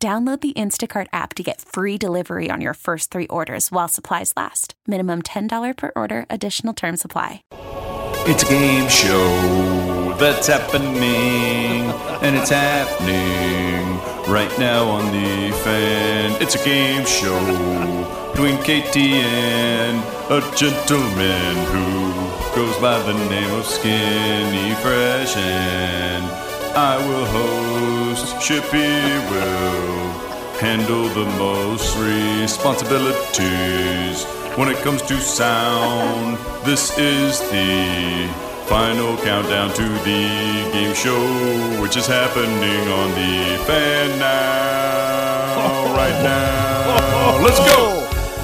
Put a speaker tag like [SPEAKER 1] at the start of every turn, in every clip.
[SPEAKER 1] Download the Instacart app to get free delivery on your first three orders while supplies last. Minimum $10 per order, additional term supply.
[SPEAKER 2] It's a game show that's happening, and it's happening right now on the fan. It's a game show between Katie and a gentleman who goes by the name of Skinny Fresh, and I will host. Shippy will handle the most responsibilities when it comes to sound. This is the final countdown to the game show, which is happening on the fan now, right now. Let's go!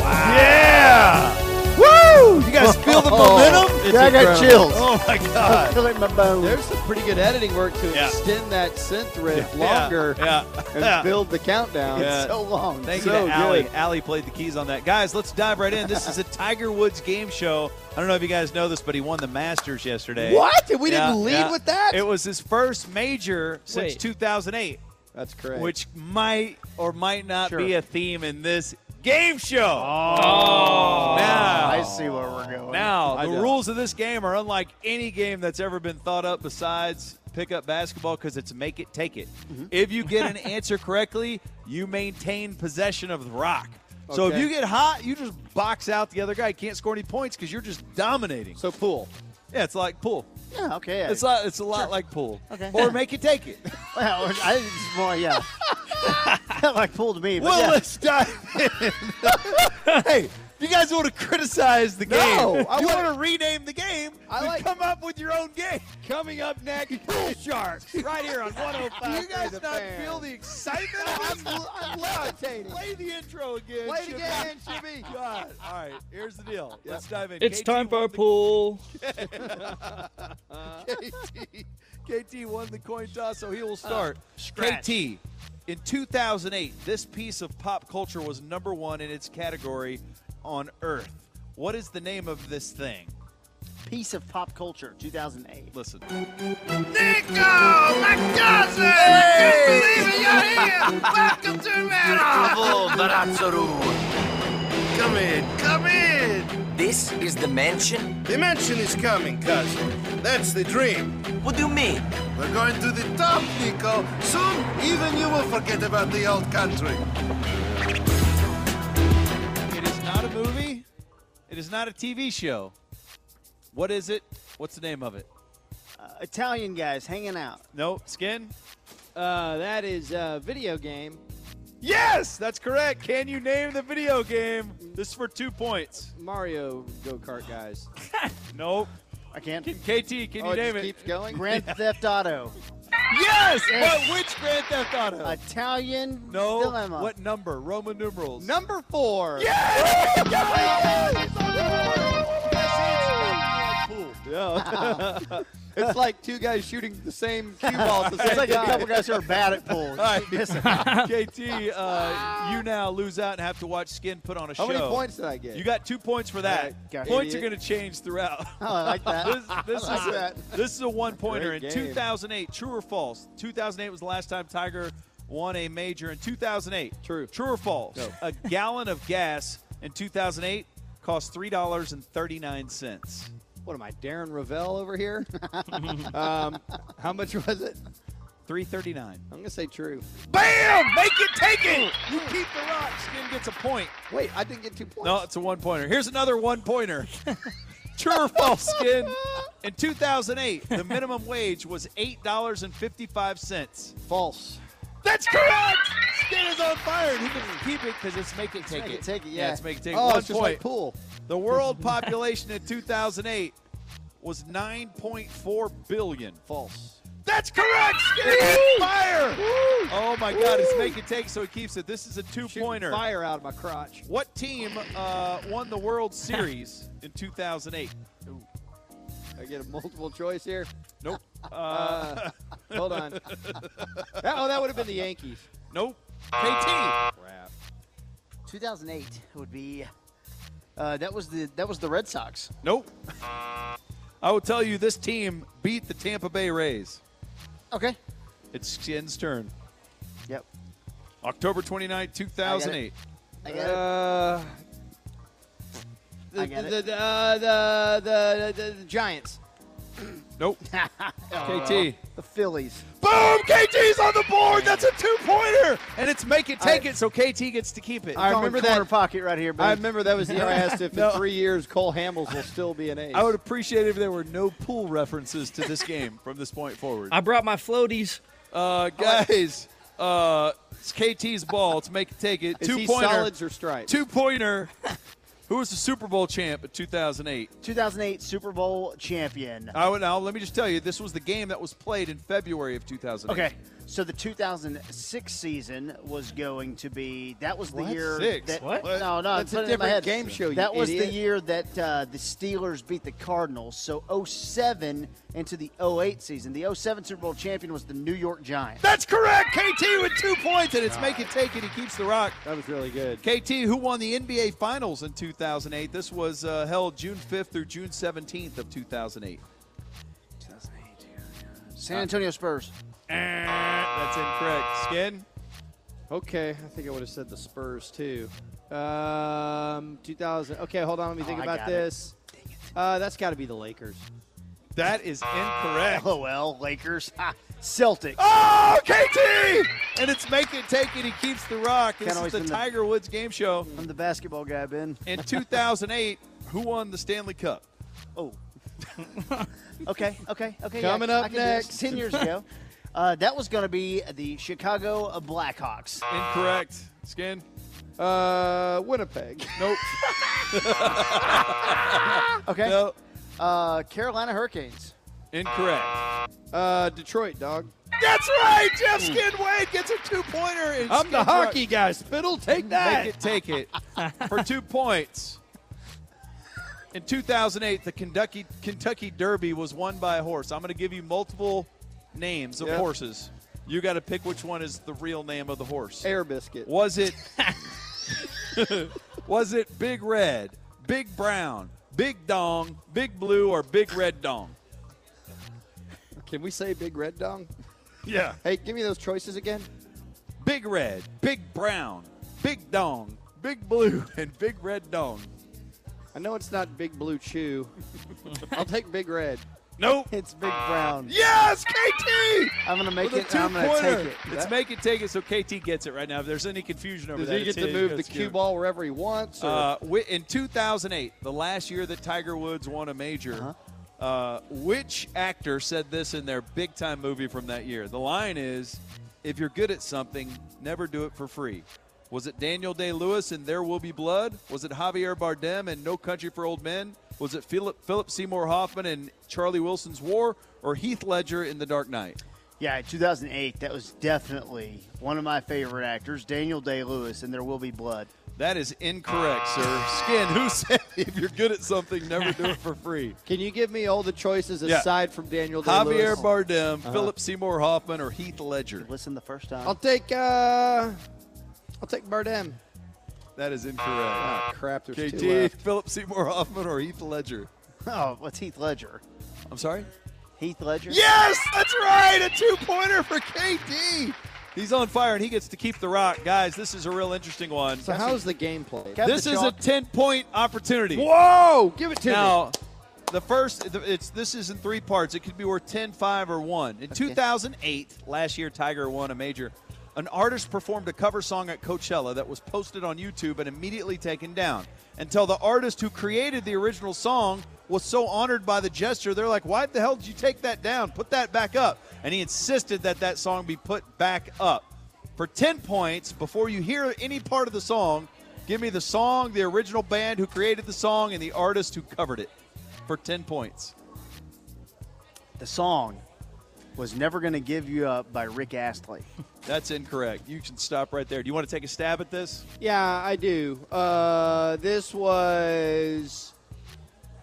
[SPEAKER 3] Yeah! Woo! You guys feel Oh, the momentum?
[SPEAKER 4] Yeah, I got chills.
[SPEAKER 3] Oh my
[SPEAKER 4] I
[SPEAKER 3] god.
[SPEAKER 4] feel it in my bones.
[SPEAKER 5] There's some pretty good editing work to
[SPEAKER 3] Yeah.
[SPEAKER 5] extend that synth riff
[SPEAKER 3] Yeah,
[SPEAKER 5] longer
[SPEAKER 3] Yeah.
[SPEAKER 5] and
[SPEAKER 3] yeah.
[SPEAKER 5] build the countdown.
[SPEAKER 3] Yeah.
[SPEAKER 5] It's so long.
[SPEAKER 3] Thank
[SPEAKER 5] so
[SPEAKER 3] you to Allie.
[SPEAKER 5] good.
[SPEAKER 3] Allie played the keys on that. Guys, let's dive right in. This is a Tiger Woods game show. I don't know if you guys know this, but he won the Masters yesterday.
[SPEAKER 5] What? And we
[SPEAKER 3] Yeah,
[SPEAKER 5] didn't lead
[SPEAKER 3] yeah.
[SPEAKER 5] with that?
[SPEAKER 3] It was his first major since
[SPEAKER 5] Wait.
[SPEAKER 3] 2008,
[SPEAKER 5] That's correct.
[SPEAKER 3] which might or might not
[SPEAKER 5] Sure.
[SPEAKER 3] be a theme in this game show. Oh.
[SPEAKER 5] Oh,
[SPEAKER 3] Now,
[SPEAKER 4] I see where we're going.
[SPEAKER 3] Now,
[SPEAKER 5] I
[SPEAKER 3] the
[SPEAKER 5] don't.
[SPEAKER 3] rules of this game are unlike any game that's ever been thought up besides pickup basketball because it's make it, take it.
[SPEAKER 5] Mm-hmm.
[SPEAKER 3] If you get an answer correctly, you maintain possession of the rock. So if
[SPEAKER 5] Okay.
[SPEAKER 3] you get hot, you just box out the other guy. You can't score any points because you're just dominating.
[SPEAKER 5] so pool.
[SPEAKER 3] yeah, it's like pool.
[SPEAKER 4] yeah, okay. I-
[SPEAKER 3] It's like it's a lot like pool.
[SPEAKER 4] Okay.
[SPEAKER 3] Or make it, take it.
[SPEAKER 4] well, I it's more, yeah. like pulled to me. But
[SPEAKER 3] well,
[SPEAKER 4] yeah.
[SPEAKER 3] let's dive in. hey, you guys want to criticize the game?
[SPEAKER 5] No, I
[SPEAKER 3] you
[SPEAKER 5] want-
[SPEAKER 3] want to rename the game?
[SPEAKER 5] I
[SPEAKER 3] then
[SPEAKER 5] like-
[SPEAKER 3] come up with your own game.
[SPEAKER 5] Coming up next, Pool Sharks, right here on 105.
[SPEAKER 3] Do you guys not feel the excitement?
[SPEAKER 5] I'm, I'm levitating.
[SPEAKER 3] Play the intro again.
[SPEAKER 5] Play it
[SPEAKER 3] Jimmy.
[SPEAKER 5] again, Jimmy.
[SPEAKER 3] God. All right, here's the deal. Let's dive in.
[SPEAKER 6] It's
[SPEAKER 3] KT
[SPEAKER 6] time for
[SPEAKER 3] won
[SPEAKER 6] our
[SPEAKER 3] the-
[SPEAKER 6] pool.
[SPEAKER 3] KT, KT won the coin toss, so he
[SPEAKER 5] Uh,
[SPEAKER 3] will start.
[SPEAKER 4] scratch.
[SPEAKER 3] KT, in 2008, this piece of pop culture was number one in its category on Earth. What is the name of this thing?
[SPEAKER 4] Piece of pop culture, 2008.
[SPEAKER 3] Listen.
[SPEAKER 7] Nico, my cousin! I can't believe it, you're here! Welcome to Bravo, Barazzaru! Come in, come in!
[SPEAKER 8] This is the mansion?
[SPEAKER 7] The mansion is coming, cousin. That's the dream.
[SPEAKER 8] What do you mean?
[SPEAKER 7] We're going to the top, Nico. Soon, even you will forget about the old country.
[SPEAKER 3] It is not a movie. It is not a TV show. What is it? What's the name of it?
[SPEAKER 4] Uh, Italian guys hanging out.
[SPEAKER 3] No, skin?
[SPEAKER 5] Uh, that is a video game.
[SPEAKER 3] Yes, that's correct. Can you name the video game? This is for two points.
[SPEAKER 5] Mario go kart guys.
[SPEAKER 3] Nope.
[SPEAKER 4] I can't.
[SPEAKER 3] Can KT? Can
[SPEAKER 5] oh,
[SPEAKER 3] you name
[SPEAKER 5] it just
[SPEAKER 3] it?
[SPEAKER 5] keeps going.
[SPEAKER 4] Grand Theft Auto.
[SPEAKER 3] Yes, but which Grand Theft Auto?
[SPEAKER 5] Oh.
[SPEAKER 4] Italian
[SPEAKER 3] no.
[SPEAKER 4] dilemma.
[SPEAKER 3] What number? Roman numerals.
[SPEAKER 5] Number four.
[SPEAKER 3] Yes!
[SPEAKER 5] Yeah. it's like two guys shooting the same cue ball at the same
[SPEAKER 4] It's like a
[SPEAKER 5] time.
[SPEAKER 4] couple guys who are bad at pool.
[SPEAKER 5] Oh,
[SPEAKER 3] All right, KT, uh, you now lose out and have to watch Skin put on a
[SPEAKER 5] How
[SPEAKER 3] show.
[SPEAKER 5] many points did I get?
[SPEAKER 3] You got two points for that.
[SPEAKER 4] Alright, gotcha.
[SPEAKER 3] Points are
[SPEAKER 5] Idiot.
[SPEAKER 3] going to change throughout.
[SPEAKER 4] Oh, I like that.
[SPEAKER 3] this, this
[SPEAKER 5] I like
[SPEAKER 3] is a,
[SPEAKER 5] that.
[SPEAKER 3] this is a one pointer. In
[SPEAKER 5] Great game.
[SPEAKER 3] 2008, true or false? 2008 was the last time Tiger won a major. In 2008,
[SPEAKER 5] True.
[SPEAKER 3] True or false?
[SPEAKER 5] No.
[SPEAKER 3] A gallon of gas in 2008 cost three dollars and thirty nine cents.
[SPEAKER 5] What am I, Darren Ravel over here? um, how much was it?
[SPEAKER 3] Three thirty nine.
[SPEAKER 5] I'm gonna say true.
[SPEAKER 3] Bam! Make it, take it. You keep the rock. Skin gets a point.
[SPEAKER 5] Wait, I didn't get two points.
[SPEAKER 3] No, it's a one pointer. Here's another one pointer. True or false, skin? In 2008, the minimum wage was $8.55.
[SPEAKER 5] false.
[SPEAKER 3] That's correct! Skin is on fire, and he can keep it because it's make it, take
[SPEAKER 5] Make
[SPEAKER 3] it.
[SPEAKER 5] it, take it, yeah.
[SPEAKER 3] it's make it, take it.
[SPEAKER 5] oh,
[SPEAKER 3] One
[SPEAKER 5] it's just
[SPEAKER 3] point.
[SPEAKER 5] like pool.
[SPEAKER 3] the world population in 2008 was 9.4 billion.
[SPEAKER 5] False.
[SPEAKER 3] That's correct. Skinny fire. Oh my God, it's make it take, so he keeps it. This is a
[SPEAKER 5] Shooting
[SPEAKER 3] two-pointer.
[SPEAKER 5] Fire out of my crotch.
[SPEAKER 3] What team uh, won the World Series in 2008?
[SPEAKER 5] I get a multiple choice here.
[SPEAKER 3] Nope. Uh,
[SPEAKER 5] Hold on. That- oh, that would have been the Yankees.
[SPEAKER 3] nope. KT.
[SPEAKER 5] Crap.
[SPEAKER 4] 2008 would be. Uh, that was the that was the Red Sox.
[SPEAKER 3] Nope. I will tell you, this team beat the Tampa Bay Rays.
[SPEAKER 4] Okay.
[SPEAKER 3] It's Shin's turn.
[SPEAKER 4] Yep.
[SPEAKER 3] October 29, 2008.
[SPEAKER 4] I got it.
[SPEAKER 5] Uh, the,
[SPEAKER 4] I got it.
[SPEAKER 5] the, the, uh, the, the, the, the Giants.
[SPEAKER 3] Nope. KT.
[SPEAKER 4] The Phillies.
[SPEAKER 3] Boom! KT's on the board. That's a two-pointer, and it's make it take it. So KT gets to keep it.
[SPEAKER 5] I
[SPEAKER 4] Going
[SPEAKER 5] remember
[SPEAKER 4] corner
[SPEAKER 5] that.
[SPEAKER 4] pocket right here,
[SPEAKER 5] I
[SPEAKER 4] baby.
[SPEAKER 5] remember that was the year I asked if
[SPEAKER 3] No.
[SPEAKER 5] in three years Cole Hamels will still be an ace.
[SPEAKER 3] I would appreciate it if there were no pool references to this game from this point forward.
[SPEAKER 6] I brought my floaties.
[SPEAKER 3] Uh, guys, uh, it's KT's ball. It's make it take it.
[SPEAKER 5] Is
[SPEAKER 3] two
[SPEAKER 5] he
[SPEAKER 3] pointer.
[SPEAKER 5] solids or stripes?
[SPEAKER 3] Two pointer. Who was the Super Bowl champ in 2008?
[SPEAKER 4] 2008 Super Bowl champion.
[SPEAKER 3] I would, now, let me just tell you, this was the game that was played in February of 2008.
[SPEAKER 4] Okay. So the 2006 season was going to be that was the
[SPEAKER 3] What?
[SPEAKER 4] year
[SPEAKER 3] Six?
[SPEAKER 4] that
[SPEAKER 6] What?
[SPEAKER 4] no no
[SPEAKER 5] That's
[SPEAKER 4] put
[SPEAKER 5] a
[SPEAKER 4] it in my
[SPEAKER 5] different
[SPEAKER 4] head.
[SPEAKER 5] game show, you
[SPEAKER 4] that was the
[SPEAKER 5] idiot.
[SPEAKER 4] year that uh, the Steelers beat the Cardinals so 07 into the 08 season the 07 Super Bowl champion was the New York Giants
[SPEAKER 3] That's correct. KT with two points, and it's make it take it. He keeps the rock.
[SPEAKER 5] that was really good.
[SPEAKER 3] KT, who won the NBA Finals in 2008? This was uh, held June 5th through June 17th of 2008.
[SPEAKER 4] San Antonio Spurs
[SPEAKER 3] That's incorrect. Skin?
[SPEAKER 5] Okay, I think I would have said the Spurs too. Um, 2000. Okay, hold on. Let me think
[SPEAKER 4] I
[SPEAKER 5] about
[SPEAKER 4] got it.
[SPEAKER 5] this. Uh, that's got to be the Lakers.
[SPEAKER 3] That is incorrect.
[SPEAKER 4] Oh. LOL Lakers Ha. Celtics
[SPEAKER 3] Oh, KT! And it's make it take it. He keeps the rock. This
[SPEAKER 4] Kinda
[SPEAKER 3] is the
[SPEAKER 4] wasting the-
[SPEAKER 3] Tiger Woods game show.
[SPEAKER 4] I'm the basketball guy Ben
[SPEAKER 3] In 2008, who won the Stanley Cup?
[SPEAKER 4] Oh. okay, okay, okay.
[SPEAKER 5] Coming
[SPEAKER 4] yeah, I
[SPEAKER 5] up
[SPEAKER 4] can do this.
[SPEAKER 5] next.
[SPEAKER 4] Ten years ago. Uh, that was going to be the Chicago Blackhawks.
[SPEAKER 3] Incorrect. Skin?
[SPEAKER 5] Uh, Winnipeg.
[SPEAKER 3] Nope.
[SPEAKER 4] Okay.
[SPEAKER 3] no.
[SPEAKER 4] Uh, Carolina Hurricanes.
[SPEAKER 3] Incorrect.
[SPEAKER 5] Uh, Detroit, dog.
[SPEAKER 3] That's right. Jeff Skin Wade gets a two pointer.
[SPEAKER 5] I'm the hockey guy. Spittle, take that.
[SPEAKER 3] Make it take it for two points. In 2008, the Kentucky Kentucky Derby was won by a horse. I'm going to give you multiple names of
[SPEAKER 5] Yeah.
[SPEAKER 3] horses. You got to pick which one is the real name of the horse.
[SPEAKER 5] Air biscuit.
[SPEAKER 3] Was it Was it Big Red, Big Brown, Big Dong, Big Blue or Big Red Dong?
[SPEAKER 5] Can we say Big Red Dong?
[SPEAKER 3] Yeah.
[SPEAKER 5] Hey, give me those choices again.
[SPEAKER 3] Big Red, Big Brown, Big Dong, Big Blue and Big Red Dong.
[SPEAKER 5] I know it's not Big Blue Chew. I'll take Big Red.
[SPEAKER 3] Nope.
[SPEAKER 4] It's Big Brown.
[SPEAKER 3] Yes, KT.
[SPEAKER 4] I'm going to make
[SPEAKER 3] With a
[SPEAKER 4] it. and I'm going to
[SPEAKER 3] two-pointer.
[SPEAKER 4] take it.
[SPEAKER 3] It's make it take it. So KT gets it right now. If there's any confusion over
[SPEAKER 5] Does
[SPEAKER 3] that,
[SPEAKER 5] he get
[SPEAKER 3] it's
[SPEAKER 5] to move the
[SPEAKER 3] it's
[SPEAKER 5] cue
[SPEAKER 3] good.
[SPEAKER 5] ball wherever he wants? Or
[SPEAKER 3] Uh, wi- in 2008, the last year that Tiger Woods won a major, uh, which actor said this in their big time movie from that year? The line is, "If you're good at something, never do it for free." Was it Daniel Day Lewis in There Will Be Blood? Was it Javier Bardem in No Country for Old Men? Was it Philip Philip Seymour Hoffman in Charlie Wilson's War? Or Heath Ledger in The Dark Knight?
[SPEAKER 4] Yeah, 2008. That was definitely one of my favorite actors, Daniel Day Lewis, and There Will Be Blood.
[SPEAKER 3] That is incorrect, sir. Skin, who said if you're good at something, never do it for free?
[SPEAKER 5] can you give me all the choices
[SPEAKER 3] Yeah.
[SPEAKER 5] aside from Daniel Day
[SPEAKER 3] Javier
[SPEAKER 5] Lewis?
[SPEAKER 3] Bardem, Philip Seymour Hoffman, or Heath Ledger?
[SPEAKER 4] Listen the first time.
[SPEAKER 5] I'll
[SPEAKER 3] Oh.
[SPEAKER 5] take. Uh, I'll take Bardem.
[SPEAKER 3] That is incorrect.
[SPEAKER 5] Ah, crap. There's two
[SPEAKER 3] KT,
[SPEAKER 5] left.
[SPEAKER 3] Philip Seymour Hoffman, or Heath Ledger?
[SPEAKER 4] Oh, what's Heath Ledger?
[SPEAKER 3] I'm sorry?
[SPEAKER 4] Heath Ledger.
[SPEAKER 3] Yes, that's right. A two pointer for KT. He's on fire and he gets to keep the rock. Guys, this is a real interesting one.
[SPEAKER 5] So how's the game played?
[SPEAKER 4] Got
[SPEAKER 3] This
[SPEAKER 4] the
[SPEAKER 3] is a
[SPEAKER 4] chalk.
[SPEAKER 3] 10 point opportunity.
[SPEAKER 5] Whoa! Give it to
[SPEAKER 3] Now, the first, it's this is in three parts. It could be worth 10, 5, or 1. In 2008, last year, Tiger won a major. An artist performed a cover song at Coachella that was posted on YouTube and immediately taken down. Until the artist who created the original song was so honored by the gesture, they're like, why the hell did you take that down? Put that back up. And he insisted that that song be put back up. For 10 points, before you hear any part of the song, give me the song, the original band who created the song, and the artist who covered it for 10 points.
[SPEAKER 4] The song. was Never Gonna Give You Up by Rick Astley.
[SPEAKER 3] That's incorrect. You can stop right there. Do you want to take a stab at this?
[SPEAKER 5] Yeah, I do. Uh, this was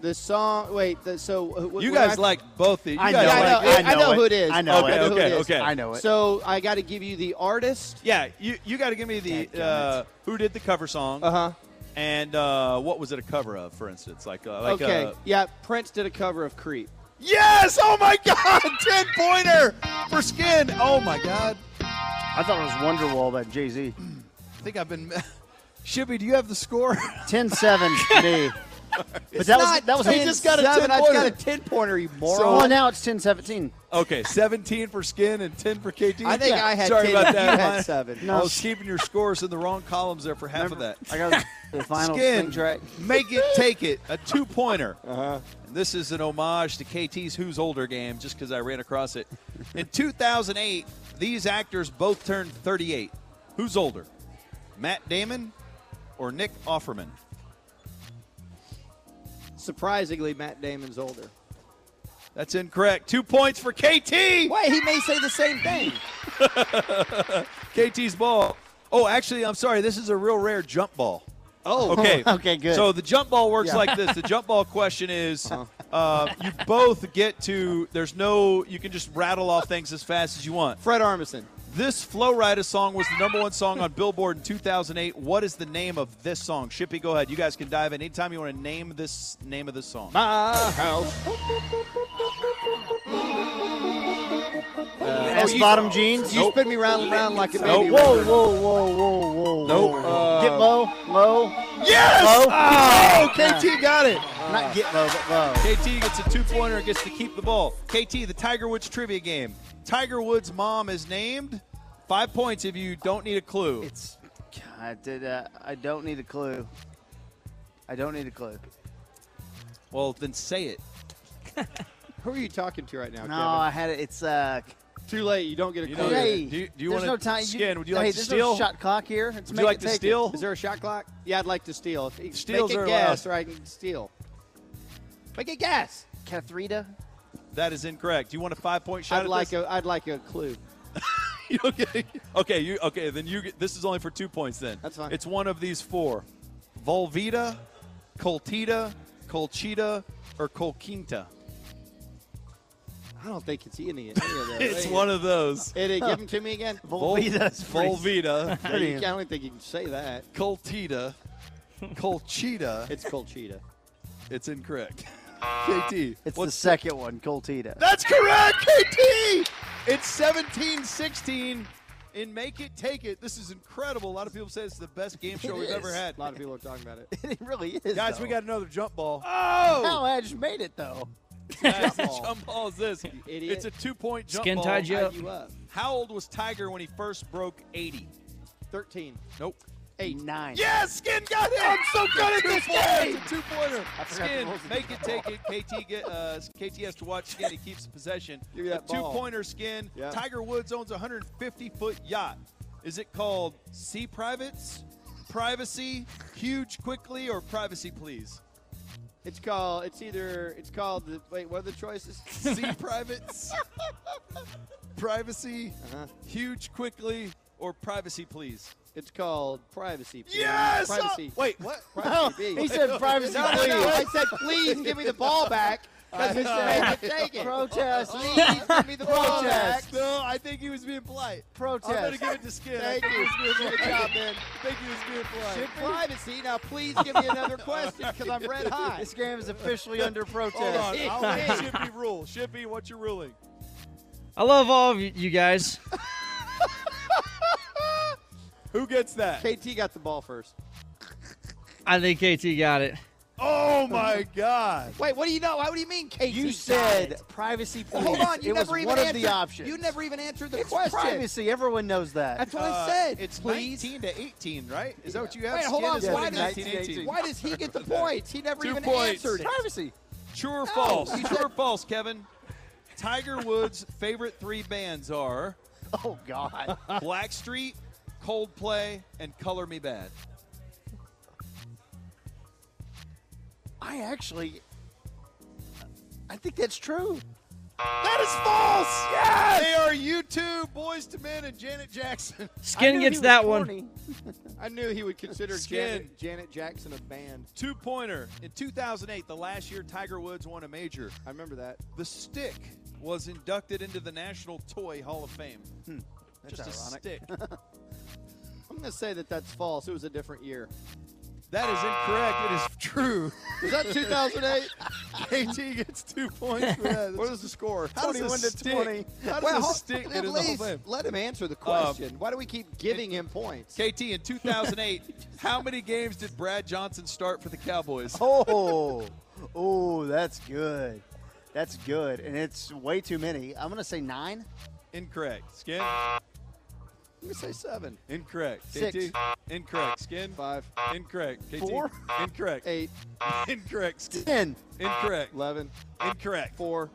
[SPEAKER 5] the song. Wait, the, so uh, wh-
[SPEAKER 3] You
[SPEAKER 5] when
[SPEAKER 3] guys
[SPEAKER 5] I-
[SPEAKER 3] like both. Of, you
[SPEAKER 4] I
[SPEAKER 3] guys
[SPEAKER 4] know
[SPEAKER 3] like
[SPEAKER 5] yeah,
[SPEAKER 4] it.
[SPEAKER 5] I know, I know who it is.
[SPEAKER 4] I know
[SPEAKER 5] I
[SPEAKER 3] it.
[SPEAKER 5] know who
[SPEAKER 3] Okay,
[SPEAKER 5] it is.
[SPEAKER 3] okay.
[SPEAKER 4] I know it.
[SPEAKER 5] So I got to give you the artist.
[SPEAKER 3] Yeah, you, you got to give me
[SPEAKER 4] Dadgummit.
[SPEAKER 3] the uh, who did the cover song
[SPEAKER 5] Uh huh.
[SPEAKER 3] and uh, what was it a cover of, for instance, like uh, like
[SPEAKER 5] okay.
[SPEAKER 3] uh,
[SPEAKER 5] yeah, Prince did a cover of Creep.
[SPEAKER 3] yes, oh my god, ten pointer for skin. Oh my god,
[SPEAKER 4] I thought it was Wonderwall by Jay Z.
[SPEAKER 3] I think I've been. Shibby, do you have the score?
[SPEAKER 4] 10 7 to me. But that was, that was
[SPEAKER 3] he just got a
[SPEAKER 5] Seven, I just got a
[SPEAKER 3] 10-pointer.
[SPEAKER 5] ten pointer, you
[SPEAKER 4] Oh,
[SPEAKER 5] moron.
[SPEAKER 4] now it's 10 17.
[SPEAKER 3] okay, seventeen for skin and ten for KT.
[SPEAKER 5] I think
[SPEAKER 4] yeah,
[SPEAKER 5] I had
[SPEAKER 3] Sorry
[SPEAKER 5] ten.
[SPEAKER 3] about
[SPEAKER 5] you
[SPEAKER 3] that.
[SPEAKER 5] had
[SPEAKER 3] Mine-
[SPEAKER 5] seven.
[SPEAKER 3] I was keeping your scores in the wrong columns there for half of that.
[SPEAKER 4] I got the final
[SPEAKER 3] Skin,
[SPEAKER 4] thing track. Uh-huh.
[SPEAKER 3] make it, take it, a two pointer. And this is an homage to KT's Who's Older game, just because I ran across it. In 2008, these actors both turned 38. Who's older, Matt Damon or Nick Offerman?
[SPEAKER 5] Surprisingly, Matt Damon's older.
[SPEAKER 3] That's incorrect. Two points for KT.
[SPEAKER 5] Wait, he may say the same thing.
[SPEAKER 3] KT's ball. Oh, actually, I'm sorry. This is a real rare jump ball.
[SPEAKER 5] Oh,
[SPEAKER 3] Okay.
[SPEAKER 4] Okay, good.
[SPEAKER 3] So the jump ball works
[SPEAKER 5] Yeah. Uh-huh.
[SPEAKER 3] like this. The jump ball question is, uh, you both get to. There's no. You can just rattle off things as fast as you want.
[SPEAKER 5] Fred Armisen.
[SPEAKER 3] This Flow Rida song was the number one song on Billboard in 2008. What is the name of this song? Shippy, go ahead. You guys can dive in anytime you want to name this name of this song.
[SPEAKER 5] My house.
[SPEAKER 4] S bottom jeans.
[SPEAKER 5] You spin me round and round like a
[SPEAKER 4] Whoa,
[SPEAKER 5] baby.
[SPEAKER 4] Oh, whoa, whoa, whoa, whoa, whoa.
[SPEAKER 3] Nope.
[SPEAKER 4] whoa. get low, low.
[SPEAKER 3] Yes!
[SPEAKER 4] Low.
[SPEAKER 3] Oh, KT got it.
[SPEAKER 4] Not get low, but low.
[SPEAKER 3] KT gets a two pointer and gets to keep the ball. KT, the Tiger Woods trivia game. Tiger Woods' mom is named. Five points if you don't need a clue.
[SPEAKER 4] It's. I did. Uh, I don't need a clue. I don't need a clue.
[SPEAKER 3] Well, then say it.
[SPEAKER 5] Who are you talking to right now,
[SPEAKER 4] No, I had it. It's. Uh,
[SPEAKER 5] Kevin? Too late. You don't get a
[SPEAKER 3] You know
[SPEAKER 5] clue.
[SPEAKER 3] that-
[SPEAKER 4] hey,
[SPEAKER 3] do you- do you
[SPEAKER 4] there's
[SPEAKER 3] wanna-
[SPEAKER 4] no time.
[SPEAKER 3] Skin, would you
[SPEAKER 4] hey,
[SPEAKER 3] like to
[SPEAKER 4] there's
[SPEAKER 3] steal?
[SPEAKER 4] No shot clock here. Let's
[SPEAKER 3] Would
[SPEAKER 4] make
[SPEAKER 3] you like
[SPEAKER 4] it
[SPEAKER 3] to
[SPEAKER 4] take it.
[SPEAKER 3] steal?
[SPEAKER 5] Is there a shot clock? Yeah, I'd like to steal. If you
[SPEAKER 3] Steals
[SPEAKER 5] make a
[SPEAKER 3] are
[SPEAKER 5] guess,
[SPEAKER 3] allowed.
[SPEAKER 5] or I can steal. Make a guess.
[SPEAKER 4] Kathrita.
[SPEAKER 3] That is incorrect. Do you want a five point shot?
[SPEAKER 5] I'd
[SPEAKER 3] at
[SPEAKER 5] like
[SPEAKER 3] this?
[SPEAKER 5] a. I'd like a clue.
[SPEAKER 3] okay. Okay. You okay? Then you. get- This is only for two points. Then
[SPEAKER 5] That's fine.
[SPEAKER 3] It's one of these four: Volvita, Coltita, Colchita, or Colquinta.
[SPEAKER 5] I don't think it's any, any of those.
[SPEAKER 3] It's one of those.
[SPEAKER 5] It, give them to me again.
[SPEAKER 3] Vol-
[SPEAKER 4] Volvita's pretty-
[SPEAKER 5] I
[SPEAKER 3] Volvita,
[SPEAKER 5] don't even think you can say that.
[SPEAKER 3] Coltita, Colchita.
[SPEAKER 5] It's called cheetah.
[SPEAKER 3] It's incorrect. KT.
[SPEAKER 4] It's the
[SPEAKER 3] what's-
[SPEAKER 4] second one, Coltita.
[SPEAKER 3] That's correct, KT. It's 17-16 in Make It Take It. This is incredible. A lot of people say it's the best game show we've ever
[SPEAKER 4] is.
[SPEAKER 3] had.
[SPEAKER 5] A lot of people are talking about it.
[SPEAKER 4] it really is.
[SPEAKER 3] Guys,
[SPEAKER 4] though.
[SPEAKER 3] we got another jump ball.
[SPEAKER 4] How I just made it though.
[SPEAKER 3] Guys, the
[SPEAKER 5] ball.
[SPEAKER 3] jump ball is this.
[SPEAKER 5] idiot.
[SPEAKER 3] It's a two-point jump
[SPEAKER 6] Skin
[SPEAKER 3] ball.
[SPEAKER 6] tied you up.
[SPEAKER 5] You up?
[SPEAKER 3] How old was Tiger when he first broke 80?
[SPEAKER 5] Thirteen.
[SPEAKER 3] Nope.
[SPEAKER 5] Eight.
[SPEAKER 4] Nine.
[SPEAKER 3] Yes, Skin got it. I'm so good at this game. It's a two-pointer.
[SPEAKER 4] forgot the
[SPEAKER 3] Skin,
[SPEAKER 4] rules of
[SPEAKER 3] make it, take it. KT get uh, KT has to watch Skin. He keeps the possession.
[SPEAKER 5] Give me that
[SPEAKER 3] a
[SPEAKER 5] ball.
[SPEAKER 3] two-pointer. Skin.
[SPEAKER 5] Yeah.
[SPEAKER 3] Tiger Woods owns a 150-foot yacht. Is it called Sea Privates, Privacy, Huge Quickly, or Privacy Please?
[SPEAKER 5] It's called. It's either. It's called. The, wait, what are the choices?
[SPEAKER 3] Sea Privates, Privacy,
[SPEAKER 5] Uh-huh.
[SPEAKER 3] Huge Quickly, or Privacy Please?
[SPEAKER 5] It's called privacy. please.
[SPEAKER 3] Yes!
[SPEAKER 5] Privacy.
[SPEAKER 3] Oh, wait, what?
[SPEAKER 5] Privacy.
[SPEAKER 4] He said privacy,
[SPEAKER 5] no, no,
[SPEAKER 4] please.
[SPEAKER 5] no. I said, please give me the ball back. Because Mr. Baker take it.
[SPEAKER 4] Protest.
[SPEAKER 5] Please give me the ball back.
[SPEAKER 4] Protest.
[SPEAKER 3] No, I think he was being polite. I'm going to
[SPEAKER 4] Protest.
[SPEAKER 3] give it to Skin. I
[SPEAKER 5] Thank
[SPEAKER 3] think he
[SPEAKER 5] you.
[SPEAKER 3] was being polite.
[SPEAKER 5] Good job, man.
[SPEAKER 3] I think he was being polite.
[SPEAKER 5] Should privacy. Now, please give me another question because I'm red hot.
[SPEAKER 4] This game is officially under
[SPEAKER 3] Hold on.
[SPEAKER 4] protest.
[SPEAKER 3] I'll let Shippy rule. Shippy, what's your ruling?
[SPEAKER 6] I love all of y- you guys.
[SPEAKER 3] Who gets that?
[SPEAKER 5] KT got the ball first.
[SPEAKER 6] I think KT got it.
[SPEAKER 3] Oh my God.
[SPEAKER 5] Wait, what do you know? What do you mean, KT?
[SPEAKER 4] You
[SPEAKER 5] got
[SPEAKER 4] said
[SPEAKER 5] it?
[SPEAKER 4] privacy, please.
[SPEAKER 5] Well, hold on. You
[SPEAKER 4] it
[SPEAKER 5] never
[SPEAKER 4] was
[SPEAKER 5] even
[SPEAKER 4] one
[SPEAKER 5] answered.
[SPEAKER 4] of the options.
[SPEAKER 5] You never even answered the
[SPEAKER 4] It's
[SPEAKER 5] question.
[SPEAKER 4] privacy. Everyone knows that. Uh,
[SPEAKER 5] That's what I said.
[SPEAKER 3] It's
[SPEAKER 5] please.
[SPEAKER 3] 19 to 18, right? Is that what you have?
[SPEAKER 5] Wait, hold
[SPEAKER 3] Skin
[SPEAKER 5] on.
[SPEAKER 3] is
[SPEAKER 5] Why
[SPEAKER 3] winning
[SPEAKER 5] does,
[SPEAKER 3] 19, 18.
[SPEAKER 5] why does he get the points? He never
[SPEAKER 3] Two
[SPEAKER 5] even
[SPEAKER 3] points.
[SPEAKER 5] answered it.
[SPEAKER 4] privacy.
[SPEAKER 3] True or false? True or false, Kevin? Tiger Woods' favorite three bands are
[SPEAKER 4] Oh God.
[SPEAKER 3] Blackstreet, Coldplay, and Color Me Bad.
[SPEAKER 4] I actually, I think that's true.
[SPEAKER 3] That is false. Yes. They are you two, Boys to Men, and Janet Jackson.
[SPEAKER 6] Skin gets that one.
[SPEAKER 5] I knew he would consider
[SPEAKER 3] Skin.
[SPEAKER 5] Janet, Janet Jackson a band.
[SPEAKER 3] Two pointer in 2008, the last year Tiger Woods won a major.
[SPEAKER 5] I remember that.
[SPEAKER 3] The stick was inducted into the National Toy Hall of Fame. Just a stick.
[SPEAKER 5] I'm gonna say that that's false. It was a different year.
[SPEAKER 3] that is incorrect. It is true.
[SPEAKER 5] Was that 2008?
[SPEAKER 3] KT gets two points for that.
[SPEAKER 5] what is the score?
[SPEAKER 3] How does a
[SPEAKER 5] 21 to
[SPEAKER 3] stick-
[SPEAKER 5] 20.
[SPEAKER 3] how does
[SPEAKER 5] Well,
[SPEAKER 3] a
[SPEAKER 5] hold-
[SPEAKER 3] stick get in
[SPEAKER 5] at
[SPEAKER 3] the Hall of
[SPEAKER 5] least
[SPEAKER 3] Fame?
[SPEAKER 5] Let him answer the question. Why do we keep giving him points?
[SPEAKER 3] KT in 2008, how many games did Brad Johnson start for the Cowboys?
[SPEAKER 4] Oh, oh, that's good. That's good, and it's way too many. I'm gonna say nine.
[SPEAKER 3] Incorrect. Skin?
[SPEAKER 5] Let me say seven,
[SPEAKER 3] Incorrect.
[SPEAKER 4] Six.
[SPEAKER 3] KT? Incorrect. Skin?
[SPEAKER 5] five,
[SPEAKER 3] Incorrect. KT?
[SPEAKER 4] Four.
[SPEAKER 3] Incorrect.
[SPEAKER 5] eight,
[SPEAKER 3] Incorrect. Skin?
[SPEAKER 4] Ten.
[SPEAKER 3] Incorrect.
[SPEAKER 5] eleven,
[SPEAKER 3] Incorrect.
[SPEAKER 5] four.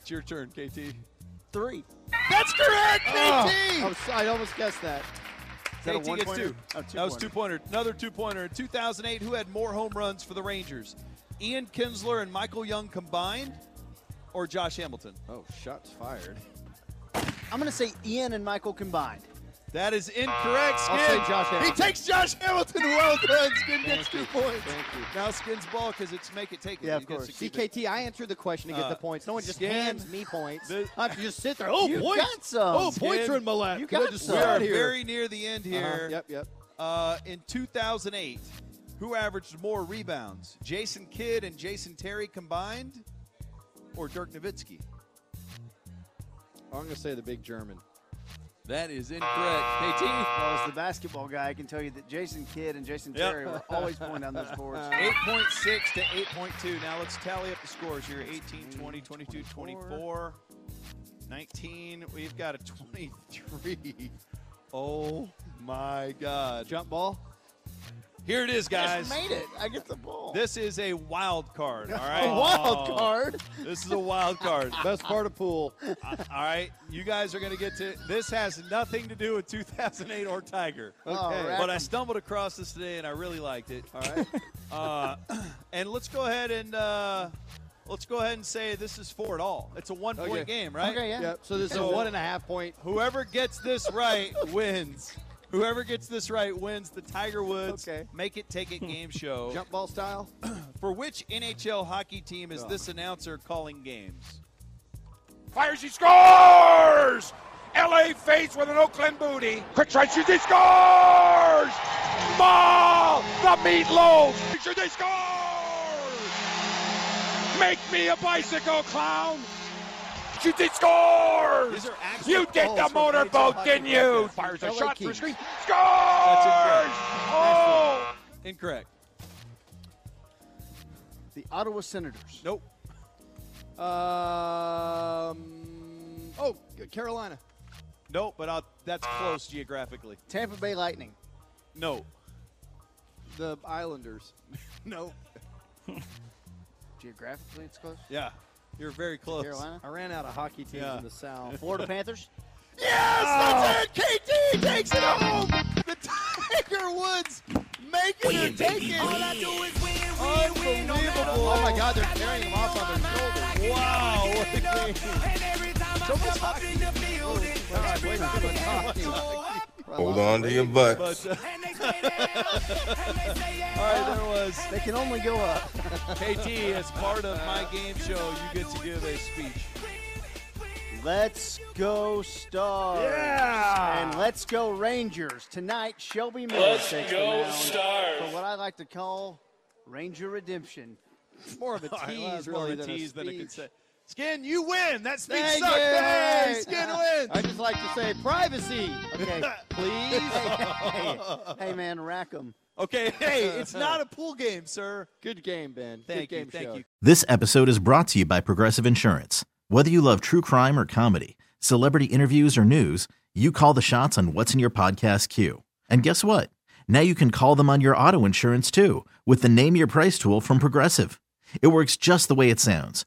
[SPEAKER 3] It's your turn, Oh. KT.
[SPEAKER 4] Three.
[SPEAKER 3] That's correct,
[SPEAKER 5] I, was- Oh, I almost guessed that.
[SPEAKER 4] Is that a
[SPEAKER 3] KT
[SPEAKER 4] one
[SPEAKER 3] gets
[SPEAKER 4] pointer?
[SPEAKER 3] two.
[SPEAKER 4] Oh, two
[SPEAKER 3] that was
[SPEAKER 4] pointer.
[SPEAKER 3] two pointer. Another two pointer. In 2008, who had more home runs for the Rangers? Ian Kinsler and Michael Young combined, or Josh Hamilton?
[SPEAKER 5] Oh, shots fired.
[SPEAKER 4] I'm gonna say Ian and Michael combined.
[SPEAKER 3] That is incorrect. Skin.
[SPEAKER 5] I'll say Josh Hamilton.
[SPEAKER 3] He takes Josh Hamilton. Well done. Skin gets
[SPEAKER 5] Thank you.
[SPEAKER 3] two points.
[SPEAKER 5] Thank you.
[SPEAKER 3] Now Skin's ball because it's make it take it.
[SPEAKER 4] Yeah, of
[SPEAKER 3] He gets
[SPEAKER 4] course.
[SPEAKER 3] to keep it.
[SPEAKER 5] CKT, I answered the question to get
[SPEAKER 3] Uh,
[SPEAKER 5] the points. No one just
[SPEAKER 3] skin.
[SPEAKER 5] hands me points.
[SPEAKER 3] The-
[SPEAKER 5] I have to just sit there. Oh,
[SPEAKER 4] You
[SPEAKER 5] points.
[SPEAKER 4] got some.
[SPEAKER 5] Oh, points
[SPEAKER 3] Skin.
[SPEAKER 5] are in my lap.
[SPEAKER 4] You
[SPEAKER 5] Can I
[SPEAKER 4] got
[SPEAKER 5] just
[SPEAKER 4] some.
[SPEAKER 3] We
[SPEAKER 5] sit
[SPEAKER 3] are
[SPEAKER 5] here?
[SPEAKER 3] very near the end here.
[SPEAKER 5] Uh-huh. Yep, yep.
[SPEAKER 3] Uh, in 2008, who averaged more rebounds, Jason Kidd and Jason Terry combined, or Dirk Nowitzki?
[SPEAKER 5] I'm going to say the big German.
[SPEAKER 3] That is incorrect. KT,
[SPEAKER 4] Well, as the basketball guy, I can tell you that Jason Kidd and Jason
[SPEAKER 3] Yep.
[SPEAKER 4] Terry were always going down those boards.
[SPEAKER 3] 8.6 to 8.2. Now let's tally up the scores here 18, 20, 22, 24, 19. We've got a 23. Oh my God.
[SPEAKER 5] Jump ball.
[SPEAKER 3] Here it is, guys.
[SPEAKER 4] it. I get the ball.
[SPEAKER 3] This Oh. is a wild card, all right?
[SPEAKER 4] wild card.
[SPEAKER 3] This is a wild card.
[SPEAKER 5] Best part of pool.
[SPEAKER 3] Uh, all right, you guys are going to get to this. Has nothing to do with 2008 or Tiger,
[SPEAKER 5] Oh,
[SPEAKER 4] All right.
[SPEAKER 3] but I stumbled across this today and I really liked it. All right, uh, and let's go ahead and uh, let's go ahead and say this is four at all. It's a one point
[SPEAKER 5] Okay.
[SPEAKER 3] game, right?
[SPEAKER 4] Okay, yeah.
[SPEAKER 5] Yep. So this is a
[SPEAKER 3] So-
[SPEAKER 5] one and a half point.
[SPEAKER 3] Whoever gets this right wins. Whoever gets this right wins the Tiger Woods
[SPEAKER 5] Okay.
[SPEAKER 3] Make It Take It game show.
[SPEAKER 5] Jump ball style.
[SPEAKER 3] For which NHL hockey team
[SPEAKER 5] Oh.
[SPEAKER 3] is this announcer calling games?
[SPEAKER 7] Fires, he scores! LA face with an Oakland booty. Quick try, shoots, he scores! Ball! The meatloaf! Shoots, he scores! Make me a bicycle clown! Shoots, he scores!
[SPEAKER 3] These are actual
[SPEAKER 7] You did
[SPEAKER 3] calls
[SPEAKER 7] the
[SPEAKER 3] from
[SPEAKER 7] motorboat,
[SPEAKER 3] NHL
[SPEAKER 7] didn't you?
[SPEAKER 3] broadcast.
[SPEAKER 7] Fires a
[SPEAKER 5] LA
[SPEAKER 7] shot for
[SPEAKER 5] Kings.
[SPEAKER 7] screen. Scores!
[SPEAKER 3] incorrect.
[SPEAKER 7] Oh!
[SPEAKER 3] Incorrect.
[SPEAKER 4] The Ottawa Senators.
[SPEAKER 3] Nope.
[SPEAKER 5] Um. Oh, G- Carolina.
[SPEAKER 3] Nope, but I'll, that's close geographically.
[SPEAKER 4] Tampa Bay Lightning.
[SPEAKER 3] No.
[SPEAKER 5] The Islanders.
[SPEAKER 3] No.
[SPEAKER 4] Geographically, it's close.
[SPEAKER 3] Yeah. You're very close.
[SPEAKER 4] Carolina.
[SPEAKER 5] I ran out of hockey teams
[SPEAKER 3] Yeah.
[SPEAKER 5] in the South.
[SPEAKER 4] Florida Panthers.
[SPEAKER 3] Yes, that's it. KT takes it home. The Tiger Woods make it or take it. Unbelievable.
[SPEAKER 5] Oh my God, they're carrying him off on their shoulders.
[SPEAKER 3] Wow. Oh, What a game. So much hockey.
[SPEAKER 9] Hold on to your butts.
[SPEAKER 3] But, uh, all right, there was
[SPEAKER 4] They can only go up.
[SPEAKER 3] KT as part of my game show. You get to give a speech.
[SPEAKER 4] Let's go Stars.
[SPEAKER 7] Oh!
[SPEAKER 4] Yeah. And let's go Rangers. Tonight, Shelby Miller takes the mound for what I like to call Ranger Redemption.
[SPEAKER 5] More of a
[SPEAKER 3] All right, well,
[SPEAKER 5] tease,
[SPEAKER 3] it's more
[SPEAKER 5] really,
[SPEAKER 3] of a
[SPEAKER 5] than
[SPEAKER 3] tease than a
[SPEAKER 5] speech.
[SPEAKER 3] consent. Skin, you win. That speech
[SPEAKER 5] Thank
[SPEAKER 3] sucked.
[SPEAKER 5] you.
[SPEAKER 3] Hey, Skin wins.
[SPEAKER 5] I just like to say privacy,
[SPEAKER 4] Okay.
[SPEAKER 5] please.
[SPEAKER 4] hey, hey, man, rack 'em.
[SPEAKER 3] Okay, hey, it's not a pool game, sir.
[SPEAKER 5] Good game, Ben.
[SPEAKER 3] Thank
[SPEAKER 5] Good
[SPEAKER 3] you,
[SPEAKER 5] game
[SPEAKER 3] thank
[SPEAKER 5] show.
[SPEAKER 3] you.
[SPEAKER 10] This episode is brought to you by Progressive Insurance. Whether you love true crime or comedy, celebrity interviews or news, you call the shots on what's in your podcast queue. And guess what? Now you can call them on your auto insurance too with the Name Your Price tool from Progressive. It works just the way it sounds.